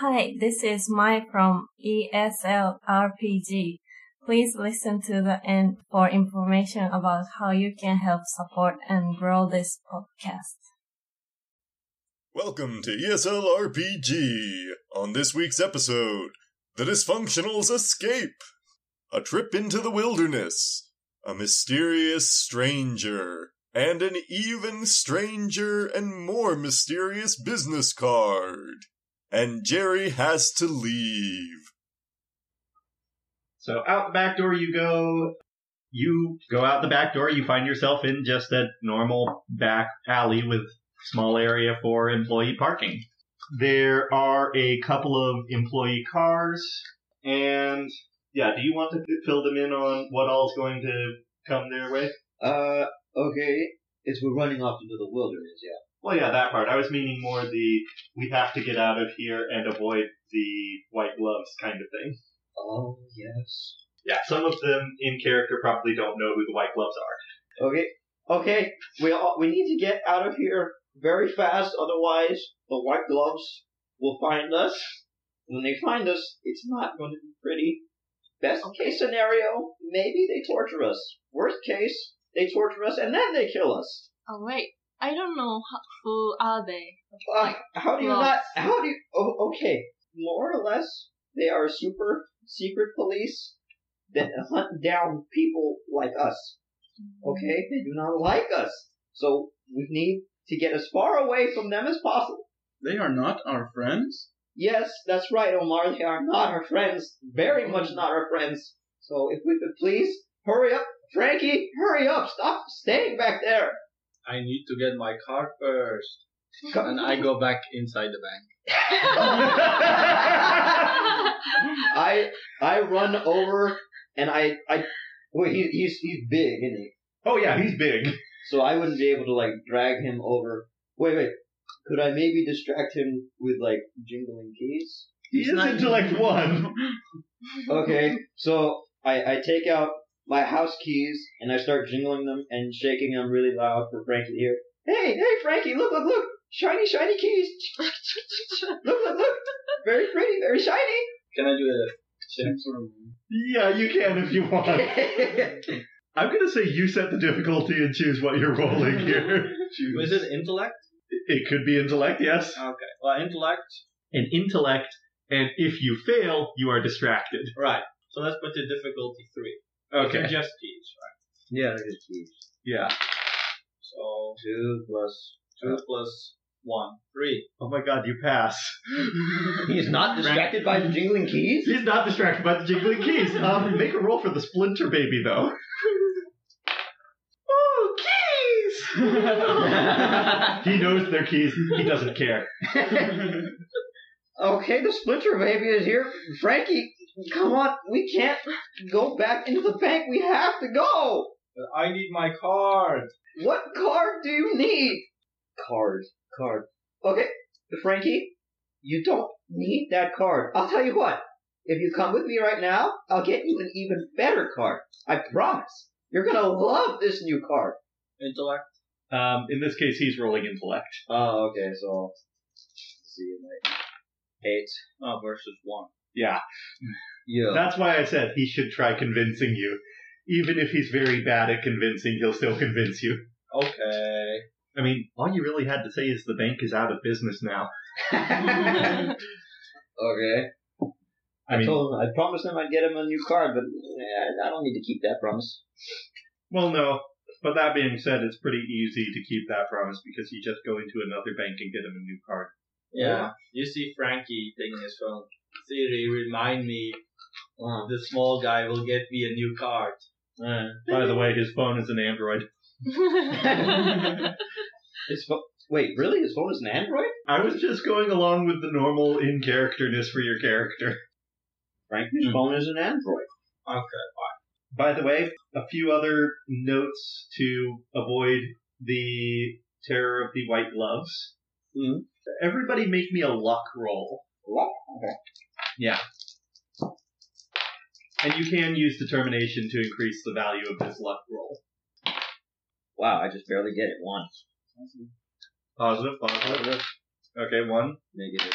Hi, this is Mai from E ESL RPG. Please listen to the end for information about how you can help support and grow this podcast. Welcome to E ESL RPG. On this week's episode, The Dysfunctionals Escape, a trip into the wilderness, a mysterious stranger, and an even stranger and more mysterious business card. And Jerry has to leave. So out the back door you go. You go out the back door. You find yourself in just a normal back alley with small area for employee parking. There are a couple of employee cars, and yeah, do you want to fill them in on what all's going to come their way? Uh, okay. It's we're running off into the wilderness, yeah. Well, yeah, that part. I was meaning more the we have to get out of here and avoid the white gloves kind of thing. Oh, yes. Yeah, some of them in character probably don't know who the white gloves are. Okay, okay. We all, we need to get out of here very fast, otherwise the white gloves will find us. When they find us, it's not going to be pretty. Best case scenario, maybe they torture us. Worst case, they torture us and then they kill us. Oh wait, I don't know how, who are they. Fuck, how do you Well- not? How do you? Oh, okay. More or less, they are super secret police that hunt down people like us. Okay, they do not like us, so we need to get as far away from them as possible. They are not our friends? Yes, that's right, Omar. They are not our friends. Very much not our friends. So if we could please hurry up, Frankie, hurry up! Stop staying back there. I need to get my car first. Come- And I go back inside the bank. Oh, I I run over and I I well he, he's he's big isn't he Oh yeah, he's big. so I wouldn't be able to like drag him over. Wait wait, could I maybe distract him with like jingling keys? He is intellect one. Okay, so I I take out my house keys and I start jingling them and shaking them really loud for Frankie to hear. Hey hey Frankie look look look shiny shiny keys look look look very pretty very shiny. Can I do a check for me? Yeah, you can if you want. I'm gonna say you set the difficulty and choose what you're rolling here. Choose. Was it intellect? It could be intellect, yes. Okay. Well, intellect. An intellect, and if you fail, you are distracted. Right. So let's put the difficulty three. They're just keys, right? yeah, they're just keys. Yeah. So Two plus. two plus one, three. Oh my god, you pass. He's not distracted by the jingling keys. He's not distracted by the jiggling keys. Um, make a roll for the splinter baby, though. Ooh, keys! he knows they're keys. He doesn't care. Okay, the splinter baby is here. Frankie, come on, we can't go back into the bank. We have to go. But I need my card. What card do you need? Card, card. Okay, Frankie, you don't need that card. I'll tell you what. If you come with me right now, I'll get you an even better card. I promise. You're gonna love this new card. Intellect. Um, in this case, he's rolling intellect. Oh, okay, so see you later. Eight. Oh, versus one. Yeah. Yeah. That's why I said he should try convincing you. Even if he's very bad at convincing, he'll still convince you. Okay. I mean, all you really had to say is the bank is out of business now. okay. I I, mean- told him I promised him I'd get him a new card, but eh, I don't need to keep that promise. Well, no. But that being said, it's pretty easy to keep that promise because you just go into another bank and get him a new card. Yeah. You see Frankie taking his phone. Siri, remind me the small guy will get me a new card. by the way, his phone is an Android. His pho- wait, really? His phone is an Android? I was just going along with the normal in characterness for your character. Frankie's Hmm. phone is an Android. Okay. By the way, a few other notes to avoid the terror of the white gloves. Mhm. Everybody make me a luck roll. Luck? Okay. Yeah. And you can use determination to increase the value of this luck roll. Wow, I just barely get it once. Positive, positive. Okay, one. Negative.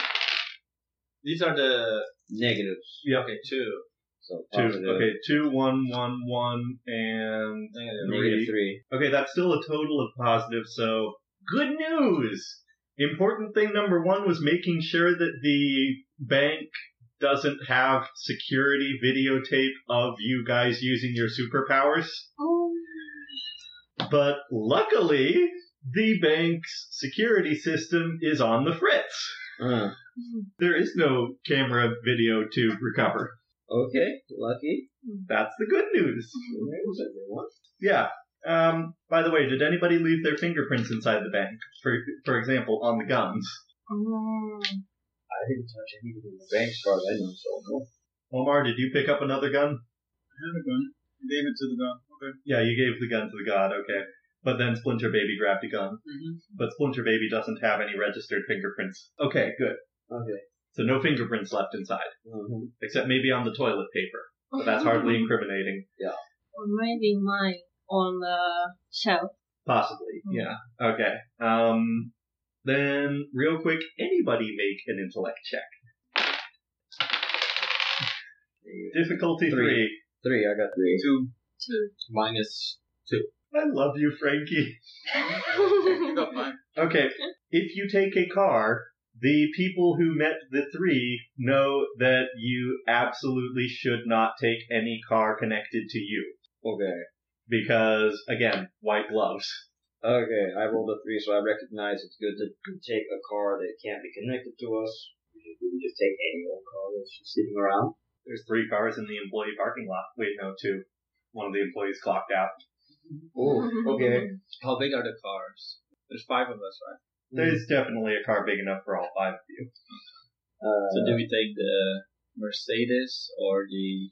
These are the Negatives. Yep. okay two. So Two. positive. Okay, two, one, one, one, and Negative three. Okay, that's still a total of positive, so good news! Important thing number one was making sure that the bank doesn't have security videotape of you guys using your superpowers. Oh, But luckily, the bank's security system is on the fritz. Uh, There is no camera video to recover. okay. Lucky. That's the good news. Mm-hmm. There's everyone. Yeah. Um, by the way, did anybody leave their fingerprints inside the bank? For, for example, on the guns. no. I didn't touch anything in the bank, as far as I know. So no. Omar, did you pick up another gun? Had a gun. Gave it to the gun. Okay. Yeah, you gave the gun to the god, okay. But then Splinter Baby grabbed a gun. Mhm. But Splinter Baby doesn't have any registered fingerprints. Okay, good. Okay. So no fingerprints left inside. hmm Except maybe on the toilet paper. But that's Oh. hardly incriminating. Or maybe mine on the shelf. Possibly, yeah. Okay. Um, then, real quick, anybody make an intellect check. Difficulty Three. three. Three. I got three. Two. Two. Minus. I love you, Frankie. I got mine. Okay, if you take a car, the people who met the three know that you absolutely should not take any car connected to you. Okay. Because, again, white gloves. Okay. I rolled a three, so I recognize it's good to take a car that can't be connected to us. We can just take any old car that's just sitting around. There's three cars in the employee parking lot. Wait, no, two. One of the employees clocked out. Mm-hmm. Oh. Okay. How big are the cars? There's five of us, right? There's definitely a car big enough for all five of you. Uh, So do we take the Mercedes or the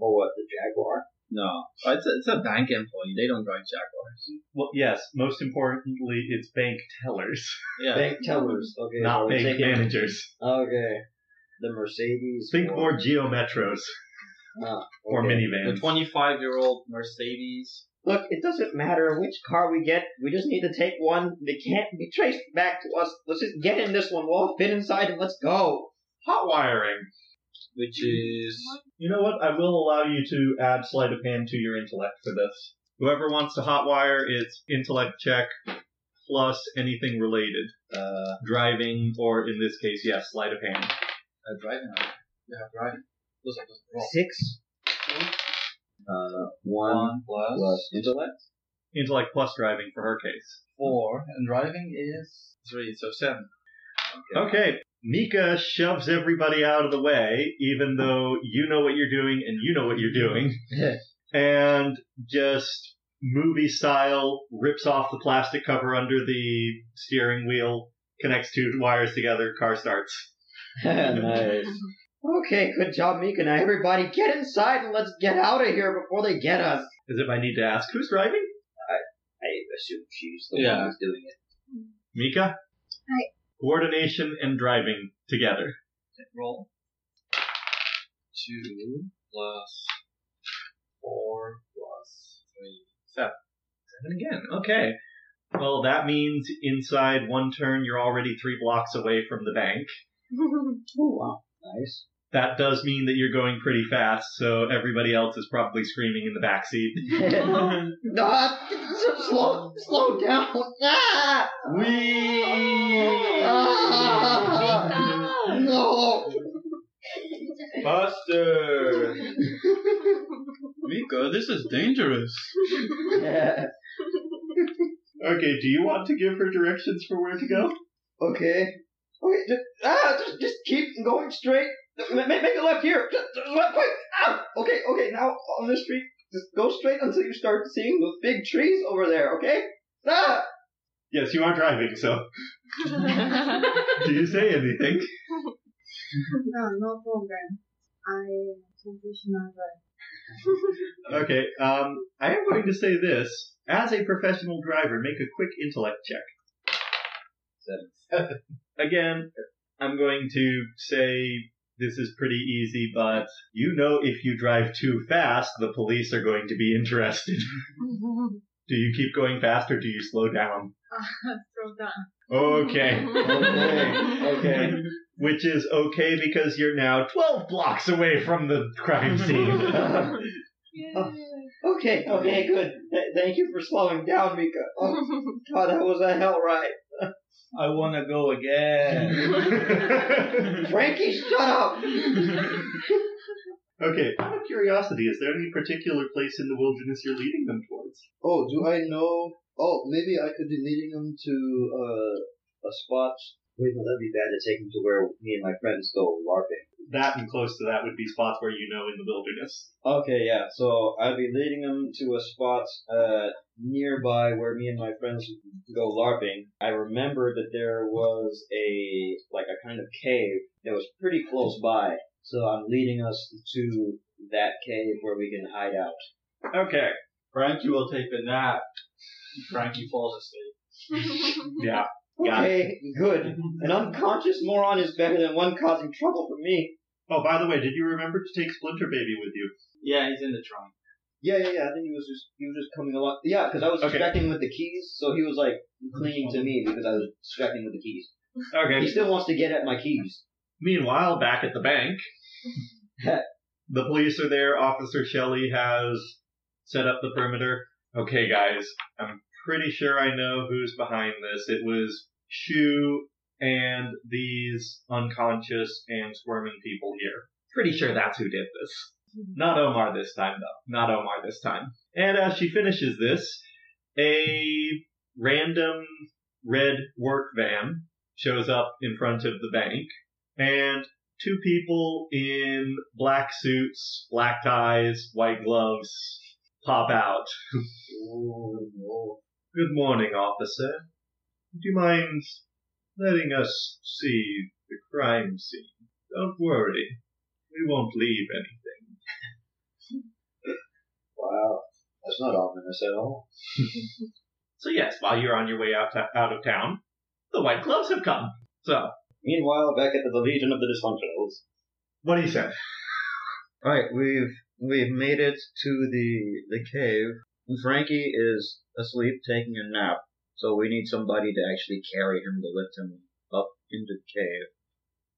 or what? The Jaguar. no? Oh, It's a, it's a bank employee. They don't drive Jaguars. Well, yes, most importantly, it's bank tellers, Yeah. Bank tellers. Okay. so not we're bank taking- managers. Okay. The Mercedes. Think or- more Geo Metros Ah, or okay. minivans. The 25 year old Mercedes. Look, it doesn't matter which car we get. We just need to take one that can't be traced back to us. Let's just get in this one. We'll all fit inside and let's go. Hot wiring. which is You know what? I will allow you to add sleight of hand to your intellect for this. Whoever wants to hotwire, it's intellect check plus anything related. Uh, driving, or in this case, yes, sleight of hand. uh, driving. right? Yeah, driving. Looks like it's wrong. Six. Uh, one, One plus, plus intellect. Intellect plus driving for her case. four, and driving is three, so seven. Okay. Mika shoves everybody out of the way, even though you know what you're doing and you know what you're doing. and just movie style rips off the plastic cover under the steering wheel, connects two wires together, car starts. nice. Okay, good job, Mika. Now everybody get inside and let's get out of here before they get us. As if I need to ask who's driving? I assume she's the Yeah. one who's doing it. Mika? Hi. Coordination and driving together. Roll. Two plus four plus three. And again, okay. Well, that means inside one turn you're already three blocks away from the bank. Oh wow, nice. That does mean that you're going pretty fast, so everybody else is probably screaming in the backseat. Ah, slow, slow down. Ah! Ah! No. Buster! Mika, this is dangerous. Okay, do you want to give her directions for where to go? Okay. Okay. Just, ah, just just keep going straight. Make, make a left here. Just, just left quick. Ah. Okay. Okay. Now on this street, just go straight until you start seeing those big trees over there. Okay. Ah. Yes, you are driving, so do you say anything? no, no problem. I am professional driver. Okay, um, I am going to say this. As a professional driver, make a quick intellect check. Seven. Again, I'm going to say this is pretty easy, but you know if you drive too fast, the police are going to be interested. do you keep going fast or do you slow down? Slow down. Okay. Okay. Okay. which is okay because you're now 12 blocks away from the crime scene. Okay, okay, good. Th- thank you for slowing down, Mika. Oh, God, that was a hell ride. I wanna go again. Frankie, shut up! okay, out of curiosity, is there any particular place in the wilderness you're leading them towards? Oh, do I know? Oh, maybe I could be leading them to uh, a spot. Wait, no, that'd be bad to take them to where me and my friends go LARPing. That and close to that would be spots where you know in the wilderness. Okay, yeah. So I'd be leading them to a spot uh, nearby where me and my friends go LARPing. I remember that there was a like a kind of cave that was pretty close by. So I'm leading us to that cave where we can hide out. Okay. Frankie will take a nap. Frankie falls asleep. Yeah. Got it. Okay, good. An unconscious moron is better than one causing trouble for me. Oh, by the way, did you remember to take Splinter Baby with you? Yeah, he's in the trunk. Yeah, yeah, yeah. I think he was just he was just coming along. Yeah, because I was Okay. distracting him with the keys, so he was like clinging to me because I was distracting with the keys. Okay. He still wants to get at my keys. Meanwhile, back at the bank, the police are there. Officer Shelley has set up the perimeter. Okay, guys, I'm pretty sure I know who's behind this. It was Shu and these unconscious and squirming people here. Pretty sure that's who did this. Not Omar this time, though. Not Omar this time. And as she finishes this, a random red work van shows up in front of the bank and two people in black suits, black ties, white gloves pop out. Good morning, officer. Would you mind letting us see the crime scene? Don't worry, we won't leave anything. Wow, that's not ominous at all. So yes, while you're on your way out, to- out of town, the white gloves have come. So, Meanwhile, back at the Legion of the Dysfunctionals. what do you say? All right, we've we've made it to the the cave. And Frankie is asleep, taking a nap. So we need somebody to actually carry him to lift him up into the cave.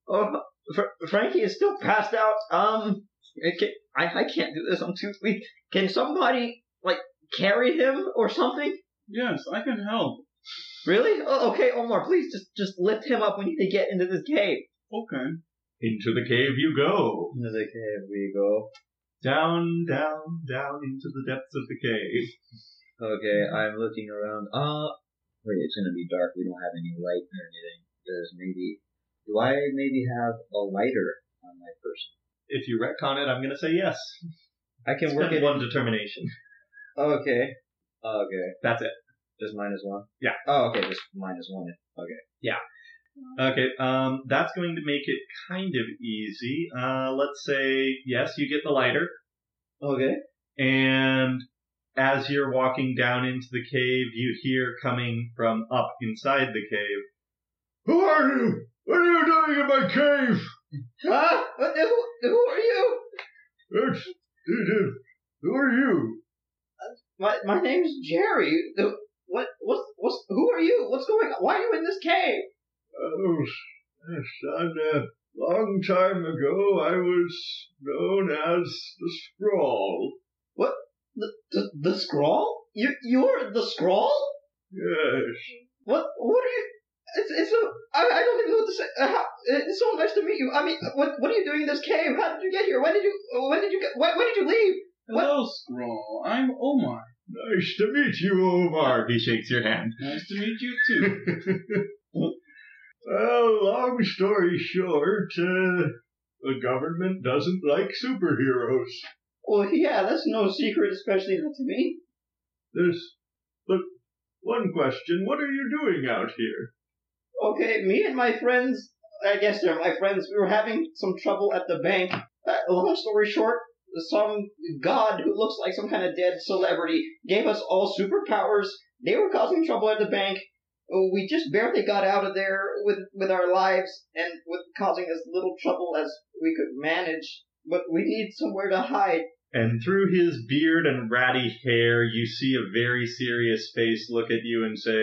Oh, Fr- Frankie is still passed out. Um, I can't, I, I can't do this. I'm too weak. can somebody like carry him or something? Yes, I can help. Really? Oh, okay, Omar, please just just lift him up. We need to get into this cave. Okay. Into the cave you go. Into the cave we go. Down, down, down into the depths of the cave. Okay, Mm-hmm. I'm looking around. Uh, wait, it's gonna be dark. We don't have any light or anything. There's maybe. Do I maybe have a lighter on my person? If you retcon it, I'm going to say yes. I can work Spend it. one determination. Okay. Okay. That's it. Just minus one? Yeah. Oh, okay, just minus one. Okay. Okay, um, that's going to make it kind of easy. Uh, let's say, yes, you get the lighter, Okay. and as you're walking down into the cave, you hear coming from up inside the cave, Who are you? What are you doing in my cave? Huh? What- Who, who are you? It's, it is. Who are you? My my name's Jerry. The- What what's what's who are you? What's going? on? Why are you in this cave? Oh, yes, I'm, uh, long time ago, I was known as the Scrawl. The the, the scrawl? You you're the scrawl? Yes. What what are you? It's it's so I, I don't even know what to say. Uh, how, it's so nice to meet you. I mean, what what are you doing in this cave? How did you get here? When did you when did you get- when, when did you leave? Hello, Scrawl. I'm Omar. Nice to meet you, Omar. He shakes your hand. Nice to meet you too. Well, long story short, uh, the government doesn't like superheroes. Well, yeah, that's no secret, especially not to me. There's, but one question: What are you doing out here? Okay, me and my friends, I guess they're my friends, we were having some trouble at the bank. Uh, long story short, some god who looks like some kind of dead celebrity gave us all superpowers. They were causing trouble at the bank. Uh, We just barely got out of there with, with our lives and with causing as little trouble as we could manage. But we need somewhere to hide. And through his beard and ratty hair, you see a very serious face look at you and say,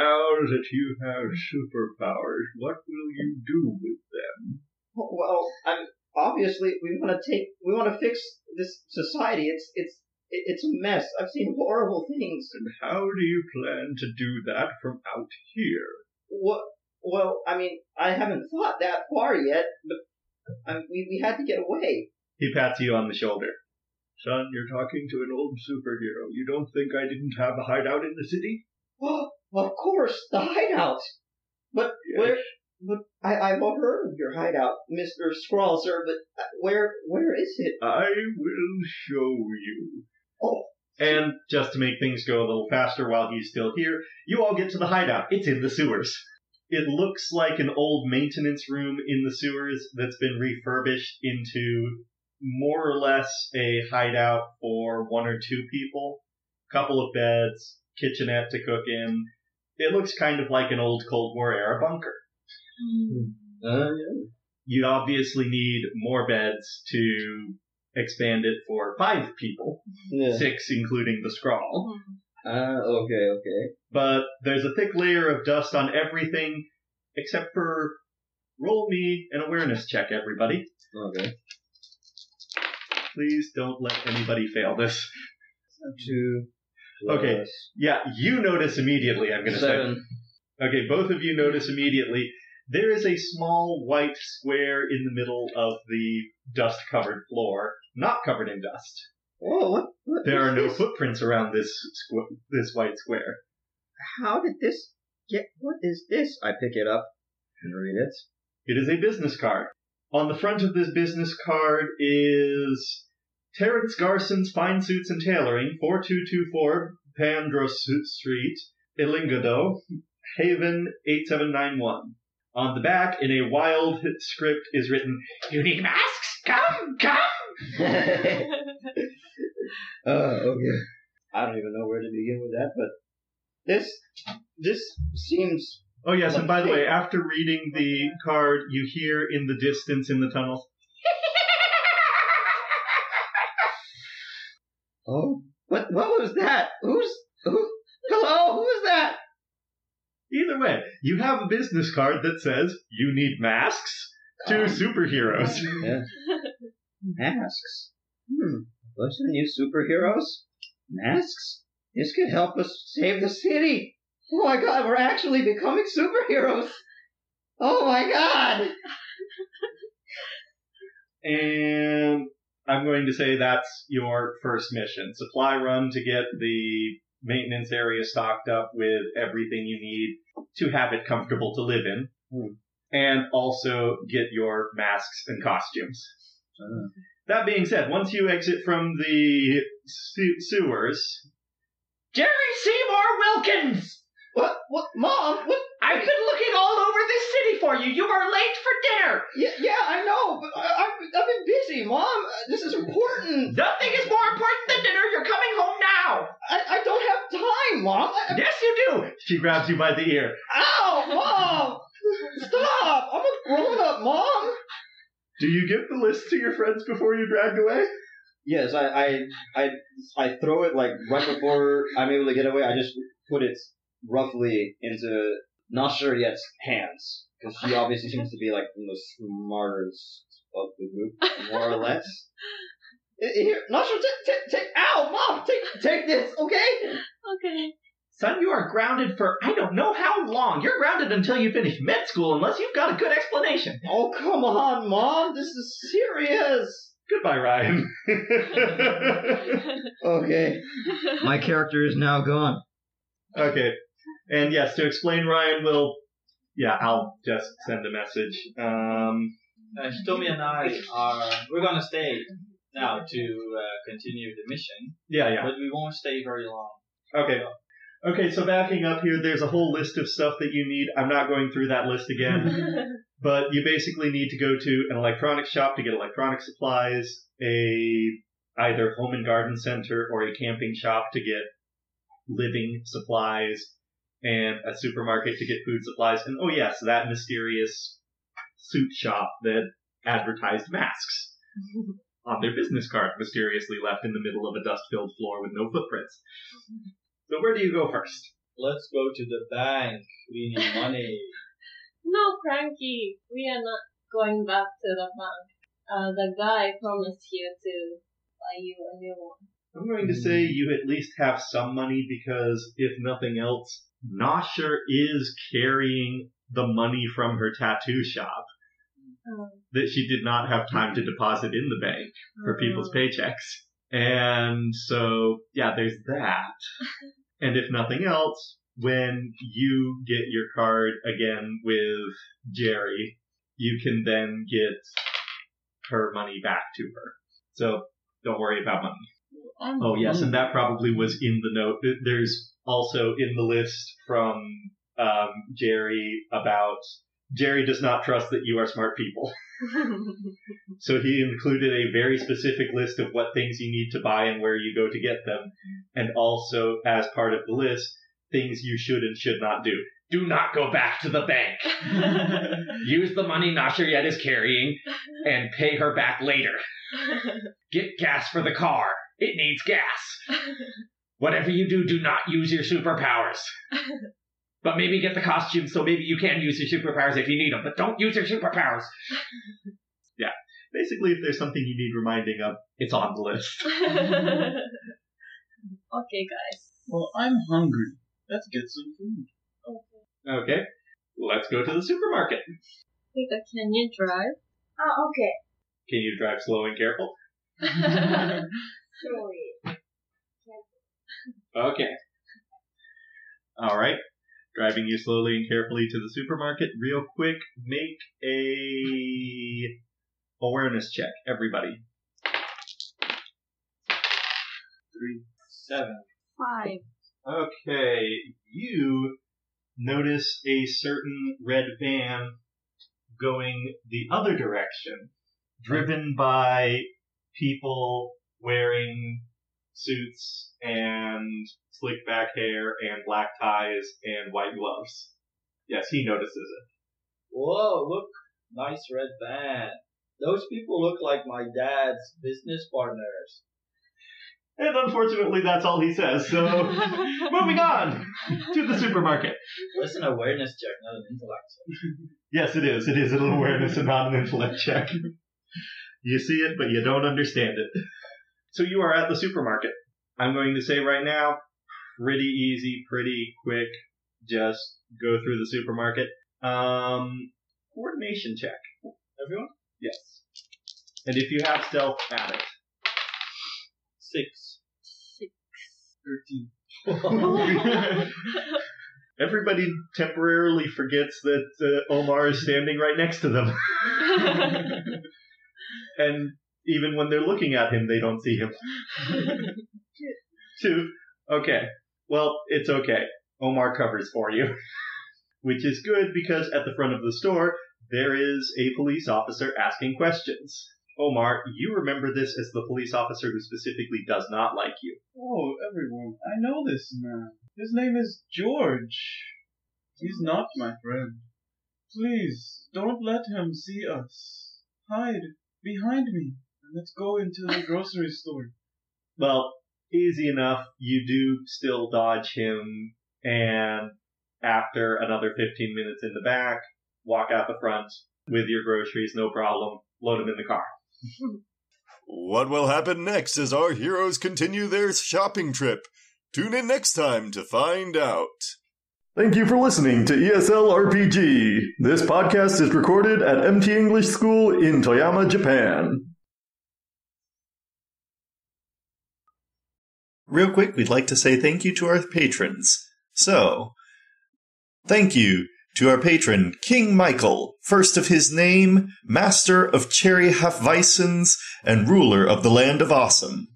Now that you have superpowers, what will you do with them? Well, I'm obviously we want to take we want to fix this society. It's it's it- it's a mess. I've seen horrible things. And how do you plan to do that from out here? What? Well, I mean, I haven't thought that far yet, but I mean, we we had to get away. He pats you on the shoulder. Son, you're talking to an old superhero. You don't think I didn't have a hideout in the city? Well, of course, the hideout. But where? But I I've heard of your hideout, Mister Scrawl, sir. But uh, where where is it? I will show you. Oh. And just to make things go a little faster while he's still here, you all get to the hideout. It's in the sewers. It looks like an old maintenance room in the sewers that's been refurbished into more or less a hideout for one or two people. Couple of beds, kitchenette to cook in. It looks kind of like an old Cold War era bunker. Uh, You'd obviously need more beds to expand it for five people Yeah. six including the scrawl. Ah, okay, okay. But there's a thick layer of dust on everything except for roll me an awareness check, everybody. Okay. Please don't let anybody fail this. Two. Okay. plus- Yeah, you notice immediately, I'm gonna say. Seven. Okay, both of you notice immediately there is a small white square in the middle of the dust covered floor, not covered in dust. Whoa! What? what There is are no this? footprints around this squ- this white square. How did this get? What is this? I pick it up and read it. It is a business card. On the front of this business card is Terrence Garson's Fine Suits and Tailoring, 4224 Pandros Street, Ilingado, Haven 8791. On the back, in a wild script, is written, You need masks? Come, come! Uh, okay. I don't even know where to begin with that, but This this seems Oh, yes, and by the way, after reading the card, you hear in the distance in the tunnel, oh, What what was that? Who's who? Hello, who's that? Either way, you have a business card that says, You need masks? Um, To superheroes. masks. Hmm. Those are the new superheroes. Masks. This could help us save the city. Oh my god, we're actually becoming superheroes. Oh my god. And I'm going to say that's your first mission. Supply run to get the maintenance area stocked up with everything you need to have it comfortable to live in. Hmm. And also get your masks and costumes. Ah. That being said, once you exit from the se- sewers, Jerry Seymour Wilkins! What what mom? What I've been looking all over this city for you. You are late for dinner. yeah, yeah, I know, but I, I've I've been busy, mom. Uh, This is important. Nothing is more important than dinner. You're coming home now. I, I don't have time, mom. I, Yes, you do. She grabs you by the ear. ow, mom. Stop! I'm a grown up, mom. Do you give the list to your friends before you're dragged away? Yes, I, I, I, I throw it like right before I'm able to get away. I just put it roughly into not sure yet's hands because she obviously seems to be like one of the smartest of the group, more or less. Eh, Here, Nasha, take take take. Ow, mom. Take take this, okay? Okay. Son, you are grounded for I don't know how long. You're grounded until you finish med school unless you've got a good explanation. Oh come on, mom. This is serious. Goodbye, Ryan. Okay. My character is now gone. Okay. And yes, to explain, Ryan will. Yeah, I'll just send a message. Um, Uh, Hitomi and I are. We're gonna stay now to uh, continue the mission, yeah, yeah. but we won't stay very long. Okay. Okay, so backing up here, there's a whole list of stuff that you need. I'm not going through that list again, but you basically need to go to an electronics shop to get electronic supplies, a either home and garden center or a camping shop to get living supplies, and a supermarket to get food supplies, and oh yes, that mysterious suit shop that advertised masks. on their business card, mysteriously left in the middle of a dust-filled floor with no footprints. So where do you go first? Let's go to the bank. We need money. No, Frankie, we are not going back to the bank. Uh, the guy promised you to buy you a new one. I'm going to say you at least have some money because, if nothing else, Nosher is carrying the money from her tattoo shop Um, that she did not have time to deposit in the bank for people's Oh. uh, paychecks. And so, yeah, there's that. and if nothing else, when you get your card again with Jerry, you can then get her money back to her. So don't worry about money. Oh, yes, and that probably was in the note. There's also in the list from um, Jerry about Jerry does not trust that you are smart people. So he included a very specific list of what things you need to buy and where you go to get them, and also, as part of the list, things you should and should not do. Do not go back to the bank. Use the money Nashiryet is carrying and pay her back later. Get gas for the car. It needs gas. Whatever you do, do not use your superpowers. But maybe get the costume so maybe you can use your superpowers if you need them. But don't use your superpowers. Basically, if there's something you need reminding of, it's on the list. okay, guys. Well, I'm hungry. Let's get some food. Okay. Okay, let's go to the supermarket. Peter, can you drive? Oh, okay. Can you drive slow and careful? Sorry. Okay. All right. Driving you slowly and carefully to the supermarket. Real quick, make a awareness check, everybody. Seven. Five. Okay, you notice a certain red van going the other direction, driven by people wearing suits and slick back hair and black ties and white gloves. Yes, he notices it. Whoa, look. Nice red van. Those people look like my dad's business partners. And unfortunately, that's all he says, so moving on to the supermarket. That's an awareness check, not an intellect check. Yes, it is. It is an awareness and not an intellect check. You see it, but you don't understand it. So you are at the supermarket. I'm going to say right now, pretty easy, pretty quick. Just go through the supermarket. Um, coordination check. Everyone? Yes. And if you have stealth, add it. Six. Six. Thirteen. Everybody temporarily forgets that uh, Omar is standing right next to them. and even when they're looking at him, they don't see him. Two. Okay. Well, it's okay. Omar covers for you. Which is good because at the front of the store, there is a police officer asking questions. Omar, you remember this as the police officer who specifically does not like you. Oh, everyone, I know this man. His name is George. He's not my friend. Please, don't let him see us. Hide behind me, and let's go into the grocery store. Well, easy enough. You do still dodge him, and after another 15 minutes in the back, walk out the front with your groceries, no problem. Load them in the car. What will happen next as our heroes continue their shopping trip? Tune in next time to find out. Thank you for listening to E ESL RPG. This podcast is recorded at MT English School in Toyama, Japan. Real quick, we'd like to say thank you to our patrons. So, thank you to our patron, King Michael, first of his name, master of Cherry Hefweissen's, and ruler of the land of awesome.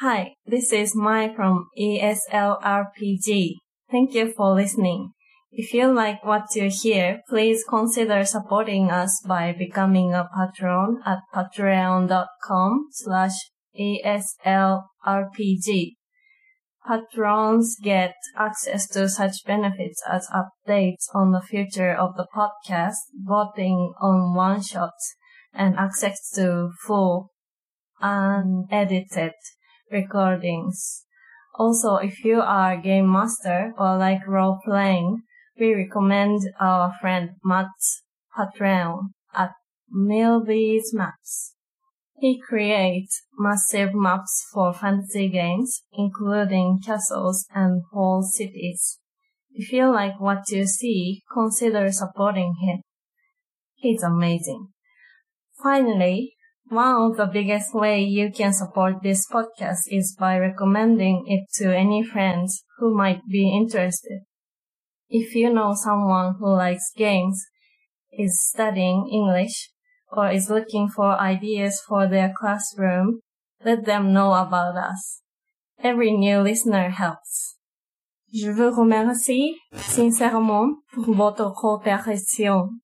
Hi, this is Mai from ESLRPG. Thank you for listening. If you like what you hear, please consider supporting us by becoming a patron at patreon.com slash ESLRPG. Patrons get access to such benefits as updates on the future of the podcast, voting on one-shots, and access to full unedited recordings. Also, if you are a game master or like role playing, we recommend our friend Matt Patron at Milby's Maps. He creates massive maps for fantasy games, including castles and whole cities. If you like what you see, consider supporting him. He's amazing. Finally, one of the biggest way you can support this podcast is by recommending it to any friends who might be interested. If you know someone who likes games, is studying English, or is looking for ideas for their classroom, let them know about us. Every new listener helps. Je vous remercie sincèrement pour votre coopération.